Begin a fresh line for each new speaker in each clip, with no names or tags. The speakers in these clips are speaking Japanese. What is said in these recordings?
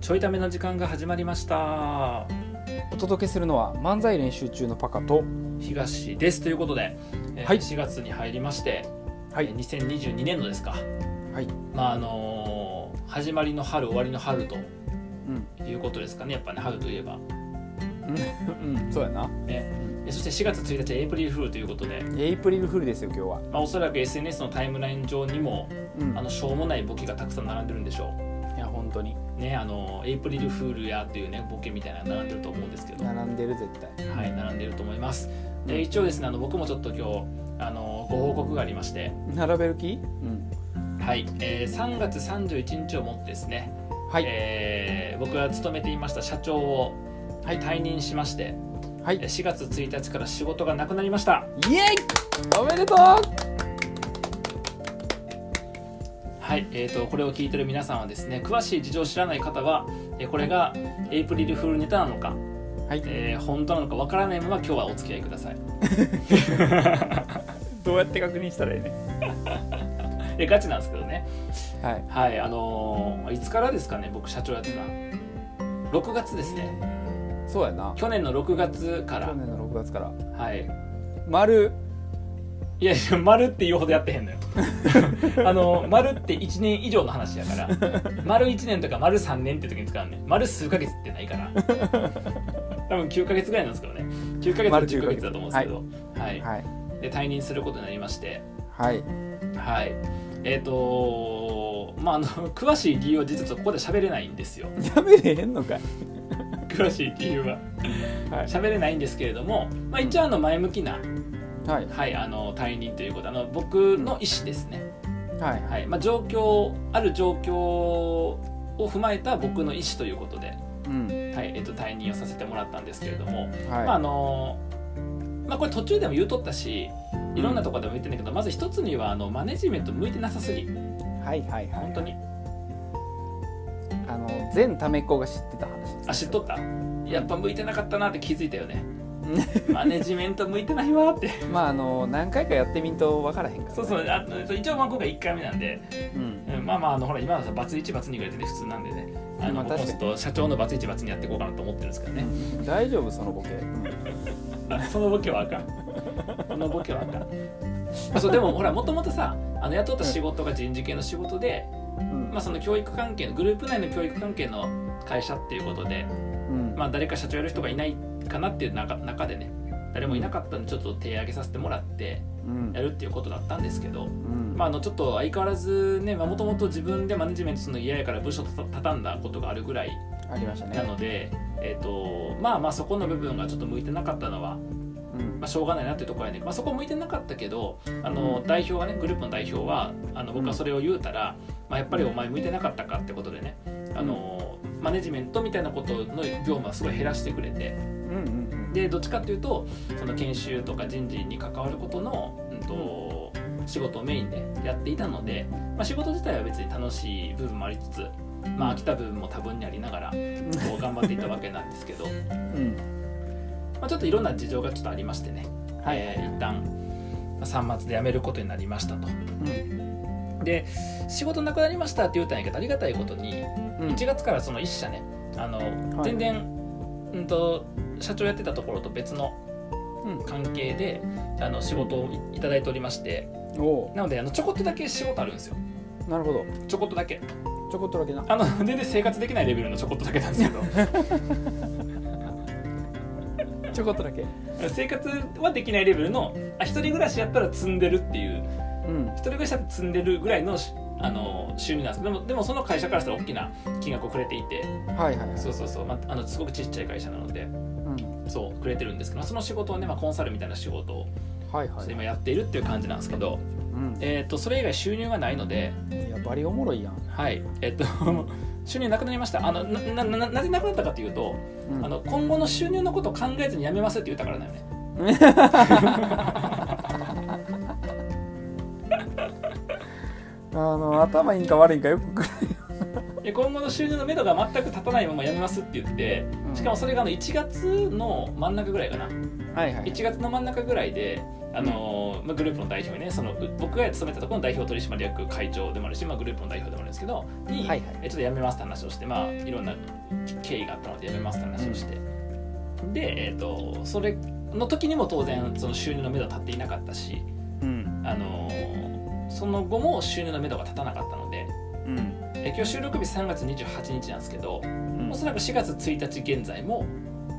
ちょいための時間が始まりました
お届けするのは漫才練習中のパカと
東ですということで、えー
はい
4月に入りまして、
は
えー2022年度ですか
はい、
まああのー始まりの春終わりの春と
うん
いうことですかねやっぱね春といえば、
うん、うん、そうやな
ね、えそして4月1日エイプリルフールということで、
エイプリルフールですよ今日は
まあ、おそらく SNS のタイムライン上にも
うん
あのしょうもないボケがたくさん並んでるんでしょ
いや本当に
うねあのエイプリルフールやっていうねボケみたいなのが並んでると思うんですけど
並んでる絶対
はい、並んでいると思います。で一応ですねあの僕もちょっと今日あのご報告がありまして、
並べる気うん
はいえー3月31日をもってですね、
はい、
えー僕が勤めていました社長を、はい、退任しまして
はい
えー4月1日から仕事がなくなりました。
イエイおめでとう
はいえー、とこれを聞いてる皆さんはですね詳しい事情を知らない方は、えーこれがエイプリルフールネタなのか、
はい
えー本当なのかわからないまま今日はお付き合いください。
どうやって確認したらいいね
えガチなんですけどね
はい
はい、あのーいつからですかね、僕社長やってたの。6月ですね。
そうやな
去年の6月か
去
ら。
年の6月から
はい。
丸
いやいや、丸って言うほどやってへんのよ。 あのー丸って1年以上の話やから、丸1年とか丸3年って時に使うね。丸数ヶ月ってないから。多分9ヶ月ぐらいなんですけどね。9ヶ月
丸
10
10
ヶ月だと思うんですけど。はい、
はい
で、退任することになりまして。
はい
はい。えっ、とまあ、あの、詳しい理由は実はここで喋れないんですよ。
やめれへんのかい
詳しい理由は。
は
喋れないんですけれども、まあ、一応あの前向きな、
はい
はい、あの退任ということあの僕の意思ですね、
はいは
はいいまあ、状況ある状況を踏まえた僕の意思ということで、
うん
はいえっと退任をさせてもらったんですけれども、
はい
まああのまあ、これ途中でも言うとったしいろんなところでも言ってんだけど、まず一つにはあのマネジメント向いてなさすぎ
はいはいは
本
い
当に
あの全ためっ子が知ってた 話です
あ知っとったやっぱ向いてなかったなって気づいたよねマネジメント向いてないわって
まああの何回かやってみんと分からへんから、ね、
そうそうあそう一応まあ今回1回目なんで
うん
うんまあまああのほら今はさバツ1バツ2ぐらい全然普通なんでねあ
ま
の
あ
僕も
確
ち
か
ょ
に
っと社長のバツ1バツ2やっていこうかなと思ってるんですけどね、
大丈夫そのボケ、うん
そのボケはあかんそのボケはあかんあそうでもほらもともとさあの雇った仕事が人事系の仕事で、まあ、その教育関係のグループ内の教育関係の会社っていうことで、
うん
まあ、誰か社長やる人がいないかなっていう中中でね誰もいなかったんでちょっと手挙げさせてもらって
うん
やるっていうことだったんですけど、
うん
まあ、あのちょっと相変わらずねもともと自分でマネジメントするの嫌やから部署た畳んだことがあるぐらい
ありました
な
ね、
ので、えー、とまあまあそこの部分がちょっと向いてなかったのは、
うん
まあ、しょうがないなっていうところやね、まあ、そこ向いてなかったけどあの代表はねグループの代表はあの僕はそれを言うたら、まあ、やっぱりお前向いてなかったかってことでねあのマネジメントみたいなことの業務はすごい減らしてくれて
うんうん
でどっちかっていうとその研修とか人事に関わることの、うん、と仕事をメインでやっていたので、まあ、仕事自体は別に楽しい部分もありつつ、まあ、飽きた部分も多分にありながらこう頑張っていたわけなんですけど、ま
うんうん
あ、ちょっといろんな事情がちょっとありましてね、はいえー一旦まあ3末で辞めることになりましたと。で仕事なくなりましたって言うたんやけどありがたいことに
うん
1月からその1社ねあの、
はい
全然、うん、と社長やってたところと別の
うん
関係であの仕事をいただいておりまして
おお
なのであのちょこっとだけ仕事あるんですよ
うなるほど
ちょこっとだけ
ちょこっとだけな
あの 全然生活できないレベルのちょこっとだけなん ですけど
ちょこっとだけ
生活はできないレベルのあ一人暮らしやったら積んでるっていう
うん
一人暮らしだと積んでるぐらいのしあの収入なんですでもでもその会社からしたら大きな金額をくれていて
はいはいはい
そうそうそう、まあ、あのすごくちっちゃい会社なので
うん
そうくれてるんですけどその仕事をね、まあ、コンサルみたいな仕事を
はいはい
今やっているっていう感じなんですけど、
うん
えー、とそれ以外収入がないので
いやバリおもろいやん
はいえっと 収入なくなりましたあのななななぜなくなったかというと、
うん
あの今後の収入のことを考えずにやめますって言ったからだよね
あの頭いいんか悪いんかよく
え今後の収入の目処が全く立たないまま辞めますって言って
うん
しかもそれがあの1月の真ん中ぐらいかな
はいはい
1月の真ん中ぐらいで、あのーまあ、グループの代表ねそのう僕が勤めたところの代表取締役会長でもあるし、まあ、グループの代表でもあるんですけどに、
はいはい
えちょっと辞めますって話をして、まあ、いろんな経緯があったので辞めますって話をして、で、えー、とそれの時にも当然その収入の目処立っていなかったし、
うん
あのーその後も収入の目処が立たなかったので
うん
え今日収録日3月28日なんですけど、
うん
おそらく4月1日現在も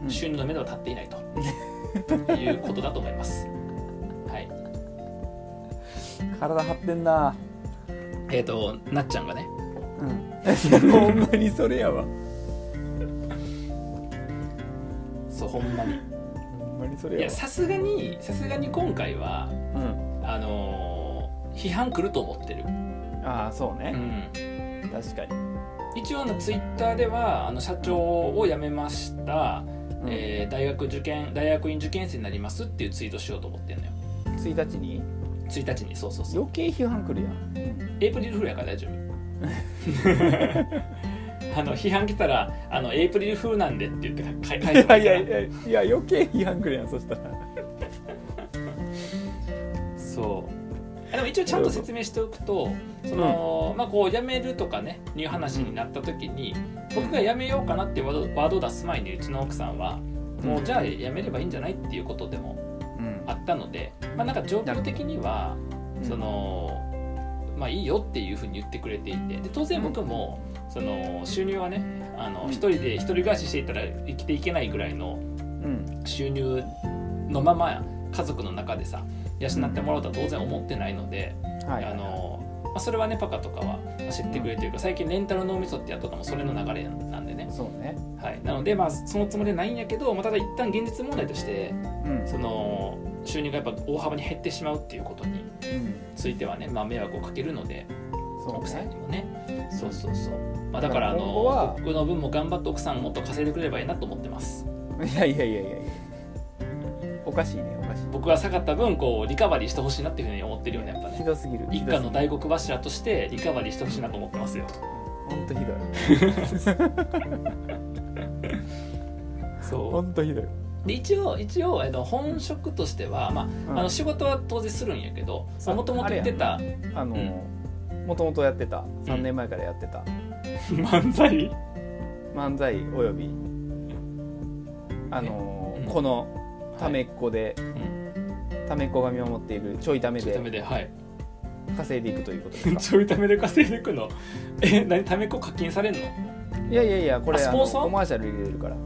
うん
収入の目処は立っていないと、いうことだと思い ます。はい、
体張ってんな
えっ、となっちゃんがね
うんほんまにそれやわ
そうほんまに
ほんまにそ
い
れや
や
わ
さすがにさすがに今回は
うん
あのー批判来ると思ってる、
ああそ
う
うね
ん、
確かに
一応あのツイッターではあの社長を辞めました、
うん
えー大学受験大学院受験生になりますっていうツイートしようと思ってんのよ
1日に
1日にそうそうそう
余計批判来るやん
エイプリルフールやから大丈夫 あの批判来たらあのエイプリルフールなんでって言ってかか返せばいいから
や いや余計批判くれやんそしたら
そうでも一応ちゃんと説明しておくとその、まあ、こう辞めるとかねいう話になった時に僕が辞めようかなってワードワードを出す前にうちの奥さんはもうじゃあ辞めればいいんじゃないっていうことでも
うん
あったので、まあ、なんか状況的にはそのまあいいよっていうふうに言ってくれていてで当然僕もその収入はねあの
うん
一人で一人暮らししていたら生きていけないぐらいの
うん
収入のまま家族の中でさ養ってもらおうとは当然思ってないので、
はい
あのまあ、それはねパカとかは知ってくれてるから最近レンタル脳みそってやっとったのもそれの流れなんでね、
そうね
はい、なのでまあそのつもりはないんやけど、まあ、ただ一旦現実問題として
うん
その収入がやっぱ大幅に減ってしまうっていうことに
うん
ついてはね、まあ、迷惑をかけるので。
そう
奥さん
ね
にもねそうそうそう、まあ、だからあ
今後は
の僕の分も頑張って奥さんもっと稼いでくれればいいなと思ってます
いやいやいやいやいやおかしいねおかしい
僕が下がった分こうリカバリーしてほしいなっていうふうに思ってるよねやっぱ
ひ
ね
どすぎる
一家の大黒柱としてリカバリーしてほしいなと思ってますよ
本当ひどい
そ
本当ひどい、
うで一応一応、えっと、本職としては、ま
う
あ、
ん
あの仕事は当然するんやけど
そう
もともと言ってた
あのもともとやってた3年前からやってた
漫才
漫才およびあの
うん
このためっ子で
うん
ためっ子が見守っているちょいため
ちょいた
で
めではい
稼いでいくということですか
ちょいためで稼いでいくのえ何ためっこ課金されんの
いやいやいやこれ
あス
あ
ポ
の
ンサー
コマーシャル入れるから、う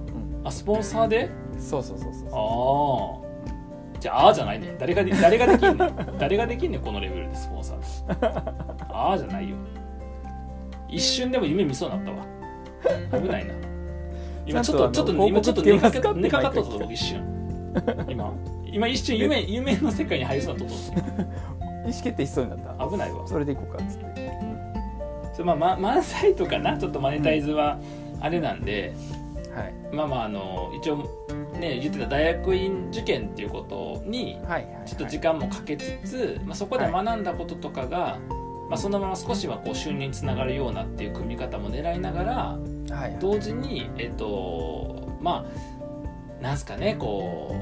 ん、
あスポンサーで
そうそうそうそう
ああじゃああーじゃないね誰がで誰ができん の誰ができんねんこのレベルでスポンサーああじゃないよ一瞬でも夢見そうになったわ危ないな今ちょっとち
ち
ょ
ゃ
っ
ん
と
とあの
今ちょっと寝か
報告来てますか
か寝かかっとった
っ
ぞ
て
僕一瞬今今一瞬 夢夢の世界に入りそうになっとったぞ
意思決定しそうになった
今危ないわ
それでいこうかっつって
それまあ、ま、満載とかなちょっとマネタイズはあれなんで、
はい
まあまああの一応ね言ってた大学院受験っていうことに
はいはい、はい、
ちょっと時間もかけつつ、まあ、そこで学んだこととかが、まあ、そのまま少しはこう収入につながるようなっていう組み方も狙いながら
はいはい
同時にえっとまあなんすかねこ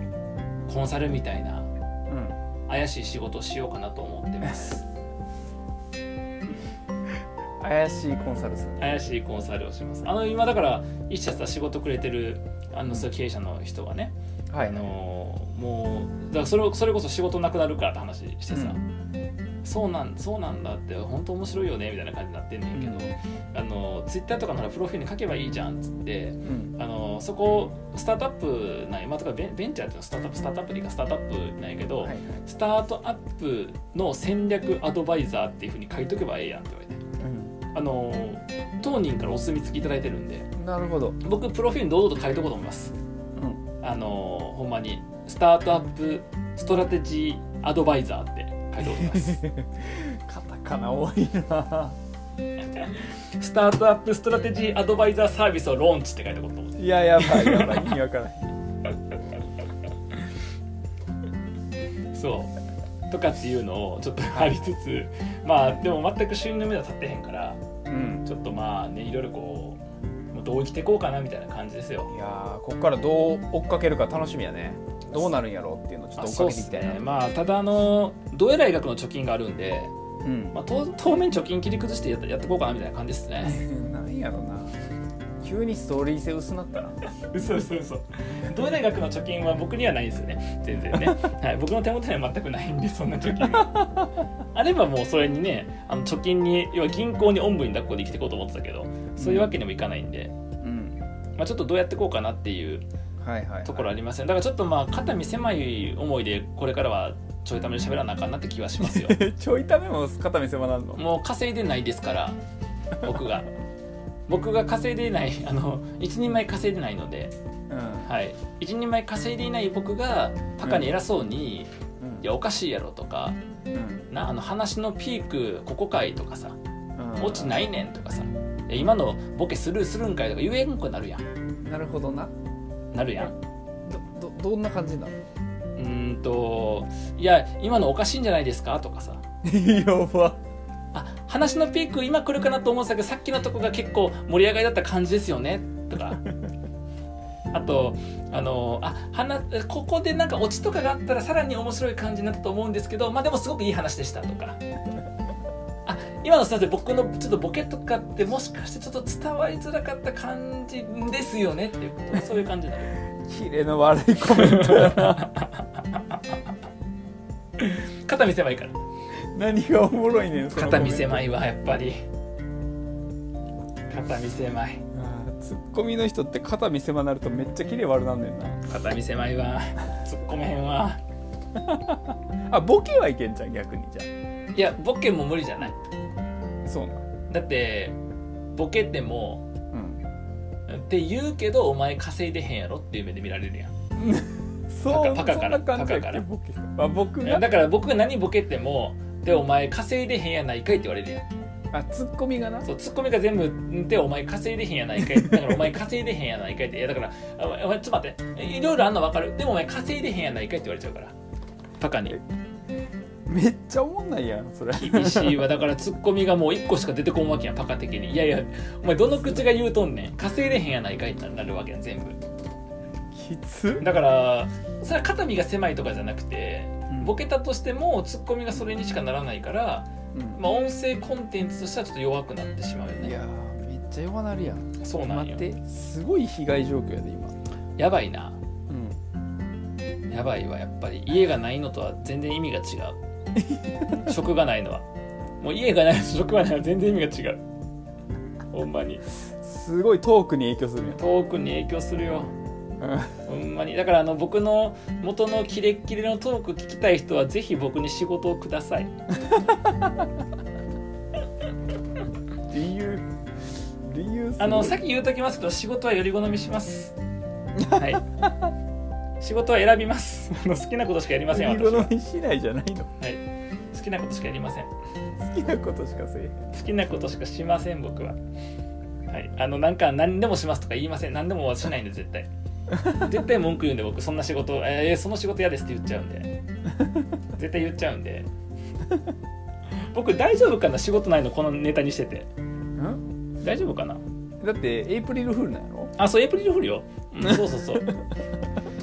うコンサルみたいな
うん
怪しい仕事をしようかなと思ってます
怪しいコンサルする
怪しいコンサルをしますあの今だから一社さ仕事くれてるあのそう経営者の人がね、
はい
あのもうだからそれをそれこそ仕事なくなるからって話してさ、
う
そうなんそうなんだって本当面白いよねみたいな感じになってんねんけど、あのツイッターとかならプロフィールに書けばいいじゃんっつって
うん
あのそこスタートアップなんやまあ、とかベンベンチャーっていうのはスタートアップスタートアップでいいかスタートアップなんやけど、
はいはい
スタートアップの戦略アドバイザーっていうふうに書いとけばええやんって言われて
う
あの当人からお墨付きいただいてるんで
んなるほど
僕プロフィールに堂々と書いとこうと思います
うん
あのほんまにスタートアップストラテジーアドバイザーって書いております
カタカナ多いな
スタートアップストラテジーアドバイザーサービスをローンチって書いておこうと思って
いややばいやばい意味わからない
そうとかっていうのをちょっとありつつまあでも全く収入の目は立ってへんから
うん
ちょっとまあねいろいろこうもうどう生きていこうかなみたいな感じですよ
いやーこっからどう追っかけるか楽しみやねどうなるんやろうっていうのをちょっと追っかけていきたいな
ねまあただあのどえらい額の貯金があるんで、
うん
まあ、当当面貯金切り崩してやってやっていこうかなみたいな感じですね
なんやろな急にストーリー性薄なったな
嘘嘘嘘同大学の貯金は僕にはないんですよね全然ね、はい、僕の手元には全くないんでそんな貯金は あればもうそれにねあの貯金に要は銀行におんぶに抱っこで生きていこうと思ってたけどそういうわけにもいかないんで、
うん
まあ、ちょっとどうやっていこうかなっていう
はいはい、はい、
ところありません、だからちょっとまあ肩身狭い思いでこれからはちょいために喋らなあかんなって気はし ますよ
ちょいためも肩見せばなんの
もう稼いでないですから僕が僕が稼いでないあの一人前稼いでないので
うん、
はい、一人前稼いでいない僕がパカに偉そうに
う
「
ん
いやおかしいやろ」とか
う
「
ん
なあの話のピークここかい」とかさ
う
「
ん
落ちないねん」とかさ「いや今のボケスルーするんかい」とか言えんくなるやん
なるほどな
なるやん
どどどんな感じなの
うーんと「いや今のおかしいんじゃないですか」とかさ
やば
「あ話のピーク今来るかなと思うんですけどさっきのとこが結構盛り上がりだった感じですよね」と かあとあのあ話ここでなんかオチとかがあったらさらに面白い感じになったと思うんですけどまあでもすごくいい話でしたとか。あ今のすみません僕のちょっとボケとかってもしかしてちょっと伝わりづらかった感じですよねっていうことそういう感じになる
キレの悪いコメ ントやな
肩身狭いから
何がおもろいねんそのコ
肩
メン
身
ト
狭いわやっぱり肩身狭い
あーツッコミの人って肩見せばなるとめっちゃキレ悪なんねんな
肩身狭い わ突っ込めへんわ
あボケはいけんじゃん逆にじゃ
いやボケも無理じゃない
あそうなん
だってボケても
うん
って言うけどお前稼いでへんやろっていう目で見られるやん
そう
パカパカから
そんな感じや
パカ
っけ
から
ボケあ僕が
だから僕が何ボケてもでお前稼いでへんやないかいって言われるやん
あツッコミがな
そうツッコミが全部でお前稼いでへんやないかいだからお前稼いでへんやないかいっていやだからあお前ちょっと待っていろいろあんの分かるでもお前稼いでへんやないかいって言われちゃうからバカに
めっちゃおもんないやんそれ
厳しいわだからツッコミがもう1個しか出てこんわけやんパカ的にいやいやお前どの口が言うとんねん稼いでへんやないかいってなるわけやん全部
きつ
だからそれは肩身が狭いとかじゃなくて
うん
ボケたとしてもツッコミがそれにしかならないから、
うん
まあ、音声コンテンツとしてはちょっと弱くなってしまうよ
い
ね
やーめっちゃ弱なるやん
そうなん
待
よ
ってすごい被害状況やで今
やばいな
うん
やばいわやっぱり家がないのとは全然意味が違う 職がないのはもう家がないのと職がないのは全然意味が違うほんまに
すごいトークに影響するやん
遠くに影響するよほんまにだからあの僕の元のキレッキレのトーク聞きたい人はぜひ僕に仕事をください
理由理由すごい
あのさっき言うときますけど仕事はより好みしますはい仕事は選びます あの好きなことしかやりません
理
私は、は
論次第じゃないの
い、好きなことしかやりません
好きなことしかせえへん
好きなことしかしません僕ははいあのなんか何でもしますとか言いません何でもはしないんで絶 対絶対文句言うんで僕そんな仕事えーその仕事嫌ですって言っちゃうん で絶対言っちゃうんで僕大丈夫かな仕事ないのこのネタにしてて
ん
大丈夫かな
だってエイプリルフールなんやろ
あそうエイプリルフールよ、 うん、そうそうそう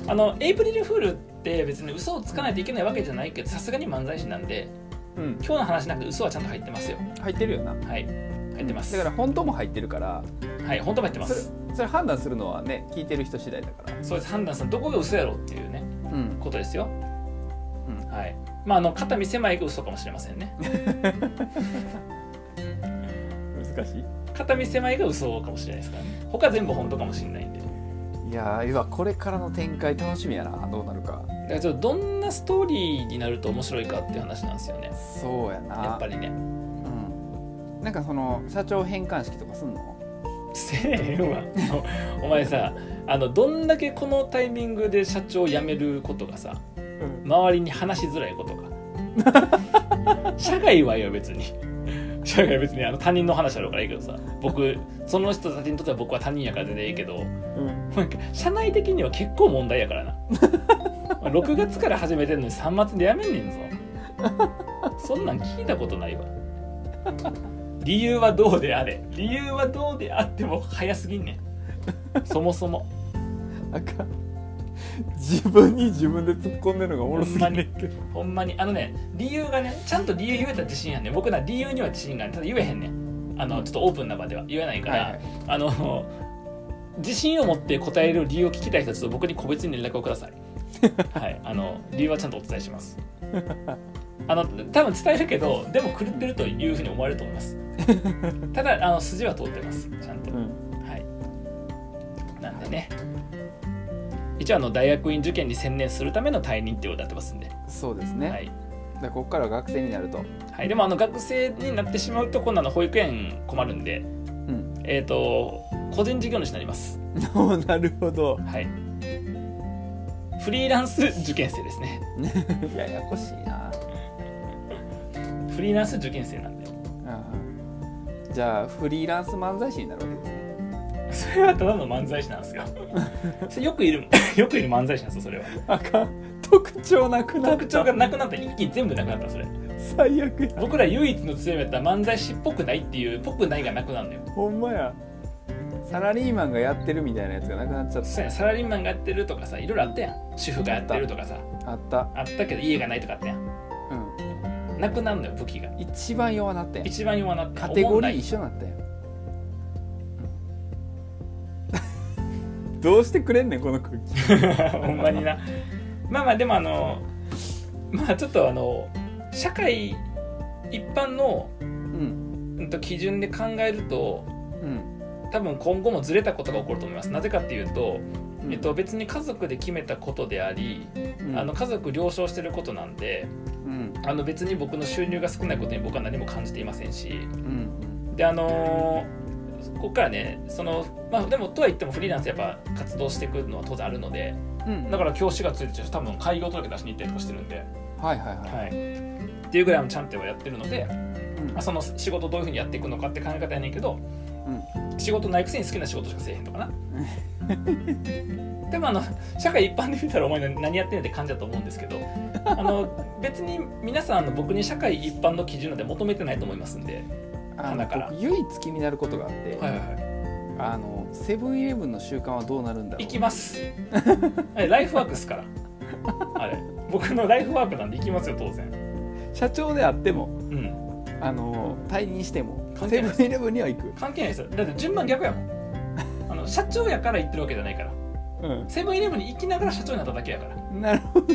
あのエイプリルフールって別に嘘をつかないといけないわけじゃないけどさすがに漫才師なんで
うん
今日の話なんか嘘はちゃんと入ってますよ
入ってるよな
はい入ってます
だから本当も入ってるから
はい本当も入ってま
それ
す
それ判断するのはね聞いてる人次第だから
そうです判断するどこが嘘やろっていうね
うん
ことですよ
うん
はいまああの肩身狭いが嘘かもしれませんね
難しい
肩身狭いが嘘かもしれないですからね他全部本当かもしれないんでだ
いやーいやこれからの展開楽しみやなどうなるか
からちょっとどんなストーリーになると面白いかっていう話なんですよね
そうやな
やっぱりね
うん、なんかその社長返還式とかすんの
せえへんわ おお前さあのどんだけこのタイミングで社長を辞めることがさ周りに話しづらいことか 社外はよ別に社外は別にあの他人の話だろうからいいけどさ僕その人たちにとっては僕は他人やから全然いいけど
うん、
なんか社内的 には結構問題やからな6月から始めてるのに3月でやめんねんぞそんなん聞いたことないわ理由はどうであれ理由はどうであっても早すぎんねんそもそも
あかん 自分に自分で突っ込んでるのがおもろすぎんねんけど
ほんまにあのね理由がねちゃんと理由言えた自信やんねん僕ら理由には自信があるただ言えへんねんあのちょっとオープンな場では言えないから、
はいはい
あの自信を持って答える理由を聞きたい人はちょっと僕に個別に連絡をくださいはいあの理由はちゃんとお伝えしますあの多分伝えるけどでも狂ってるというふうに思われると思いますただあの筋は通ってますちゃんと、
うん
はいなんでね一応あの大学院受験に専念するための退任っていうことになってますんで、
そうですね、
はい
だからここから学生になると
はい、でもあの学生になってしまうと今度あの保育園困るんで
うん
えっ、と個人事業主になります
お なるほ ど
はい。フリーランス受験生ですね。
ややこしいな
フリーランス受験生なんで。
あーじゃあフリーランス漫才師になるわけですね
それはただの漫才師なん ですよ。それよくいる、 よくいる漫才師なんですよ、それは。
あかん特徴なくなった
特徴がなくなった、一気に全部なくなった、それ。
最悪や
僕ら唯一の強みだったら漫才師っぽくないっていう、ぽくないがなくなるのよ。
ほんまやサラリーマンがやってるみたいなやつがなくなっちゃっ
そうやんサラリーマンがやってるとかさ、いろいろあったやん。主婦がやってるとかさ、
たあった
あったけど家がないとかあったやん。
うん
なくなるのよ、武器が。
一番弱なったやん
一番弱なって
カテゴリー
い
一緒になったやん、どうしてくれんねんこの空気
ほんまにな。まあまあでもあのまあちょっとあの社会一般の
うん
うんと基準で考えると
うん
多分今後もずれたことが起こると思います。なぜかっていうと、
うん
えっと、別に家族で決めたことであり、
うん
あの家族了承してることなんで
うん
あの別に僕の収入が少ないことに僕は何も感じていませんし
うん
であのーここからねその、まあ、でもとは言ってもフリーランスやっぱ活動していくのは当然あるので
うん
だから今日4月1日多分開業届出しに行ったりとかしてるんで。
はいはいは
は
い、
い、っていうぐらいのちゃんとはやってるので、
うん
まあ、その仕事どういうふうにやっていくのかって考え方やねんけど、仕事ないくせに好きな仕事しかせえへんと かなでもあの社会一般で見たらお前何何やってんねんって感じだと思うんですけどあの別に皆さんあの僕に社会一般の基準なんて求めてないと思いますんで、
あの
鼻から
僕唯一気になることがあって、
はいはいは
あのセブンイレブンの習慣はどうなるんだろ
いう行きますあれライフワークっすからあれ僕のライフワークなんで行きますよ当然
社長であっても
うん
あの退任しても
関係
セ
ない
ブンイレブンには行く、
関係ないですよだって順番逆やもんあの社長やから言ってるわけじゃないから
う
セブンイレブンに行きながら社長になっただけやから、
ん、なるほど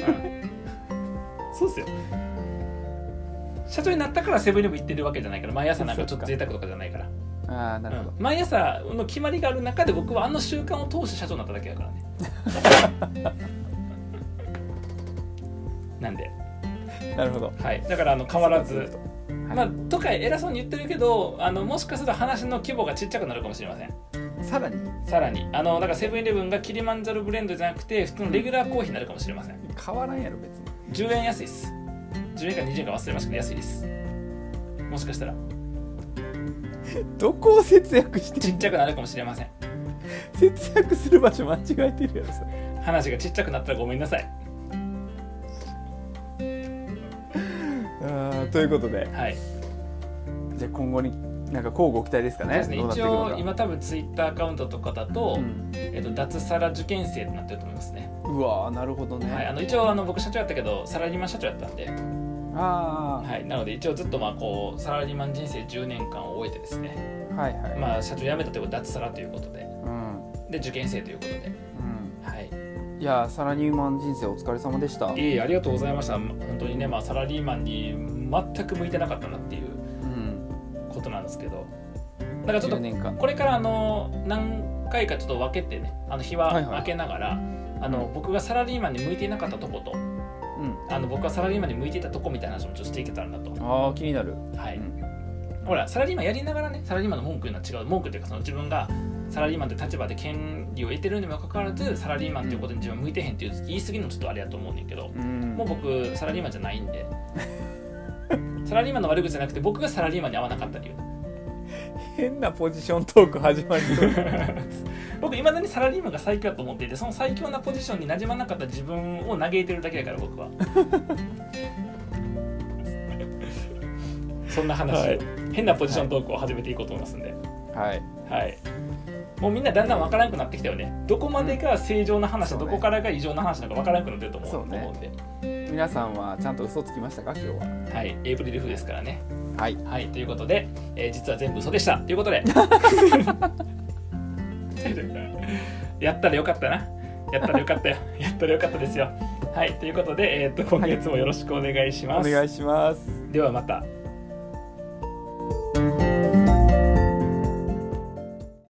そうっすよ社長になったからセブンイレブン行ってるわけじゃないから毎朝なんかちょっと贅沢とかじゃないから、
ああなるほ
う
ど
ん、毎朝の決まりがある中で僕はあの習慣を通して社長になっただけやからね なんで、
なるほど
はい、だからあの変わら
そう
ず
そう
まあとか偉そうに言ってるけどあのもしかすると話の規模がちっちゃくなるかもしれません
さらに
さらにあのだからセブンイレブンがキリマンジャロブレンドじゃなくて普通のレギュラーコーヒーになるかもしれません
変わらんやろ別に
10円安いです10円か20円か忘れましたけど安いですもしかしたら
どこを節約して
ちっちゃくなるかもしれません
節約する場所間違えてるやろそれ
話がちっちゃくなったらごめんなさい
あーということで
はい
じゃあ今後になんか交互期待ですか
そう
ね
ですね
どうなって
一
くるのか
応今多分ツイッターアカウントとかだと,、
うん
えっと脱サラ受験生になってると思いますね、
うわーなるほどね、
はい、あの一応あの僕社長やったけどサラリーマン社長やったんで、
あ
はい、なので一応ずっとまあこうサラリーマン人生10年間を終えてですね、
あはいはい、
まあ、社長辞めたということは脱サラということで
うん
で受験生ということで、
うん
はい、
いやーサラリーマン人生お疲れ様でし
い
た、
えいえありがとうございました本当にね、まあ、サラリーマンに全く向いてなかったなっていう
うん、
ことなんですけどだからちょっ
10
と
年間
これからあの何回かちょっと分けてねあの日は
はいはい
分けながら、あの僕がサラリーマンに向いていなかったとこと
うん
あの僕がサラリーマンに向いていたとこみたいな話もちょっとしていけたらなと、
ああ気になる
は
う
い、
ん
ほらサラリーマンやりながらねサラリーマンの文句いうのは違う文句っていうかその自分がサラリーマンって立場で権利を得てるにもかかわらずサラリーマンっていうことに自分向いてへんっていう言い過ぎるのちょっとあれやと思うねんけど、
うん
もう僕サラリーマンじゃないん でサラリーマンの悪口じゃなくて僕がサラリーマンに合わなかった理由
変なポジショントーク始まりそう
僕いまだにサラリーマンが最強だと思っていてその最強なポジションになじまなかった自分を嘆いてるだけだから僕は そんな話を、
はい
変なポジショントークを始めていこうと思いますんで、
はい
はい、もうみんなだんだん分からなくなってきたよねどこまでが正常な話、
そうね
どこからが異常な話なのか分からなくなってると思う
そうね
思うんで、
皆さんはちゃんと嘘つきましたか今日は
はい、エイプリル風ですからね
はい
はいということで、えー実は全部嘘でしたということで やったらよかったなやったらよかったよやったらよかったですよはいということで、えーっと今月もよろしくお願いし
お
ます、
願いします
ではまた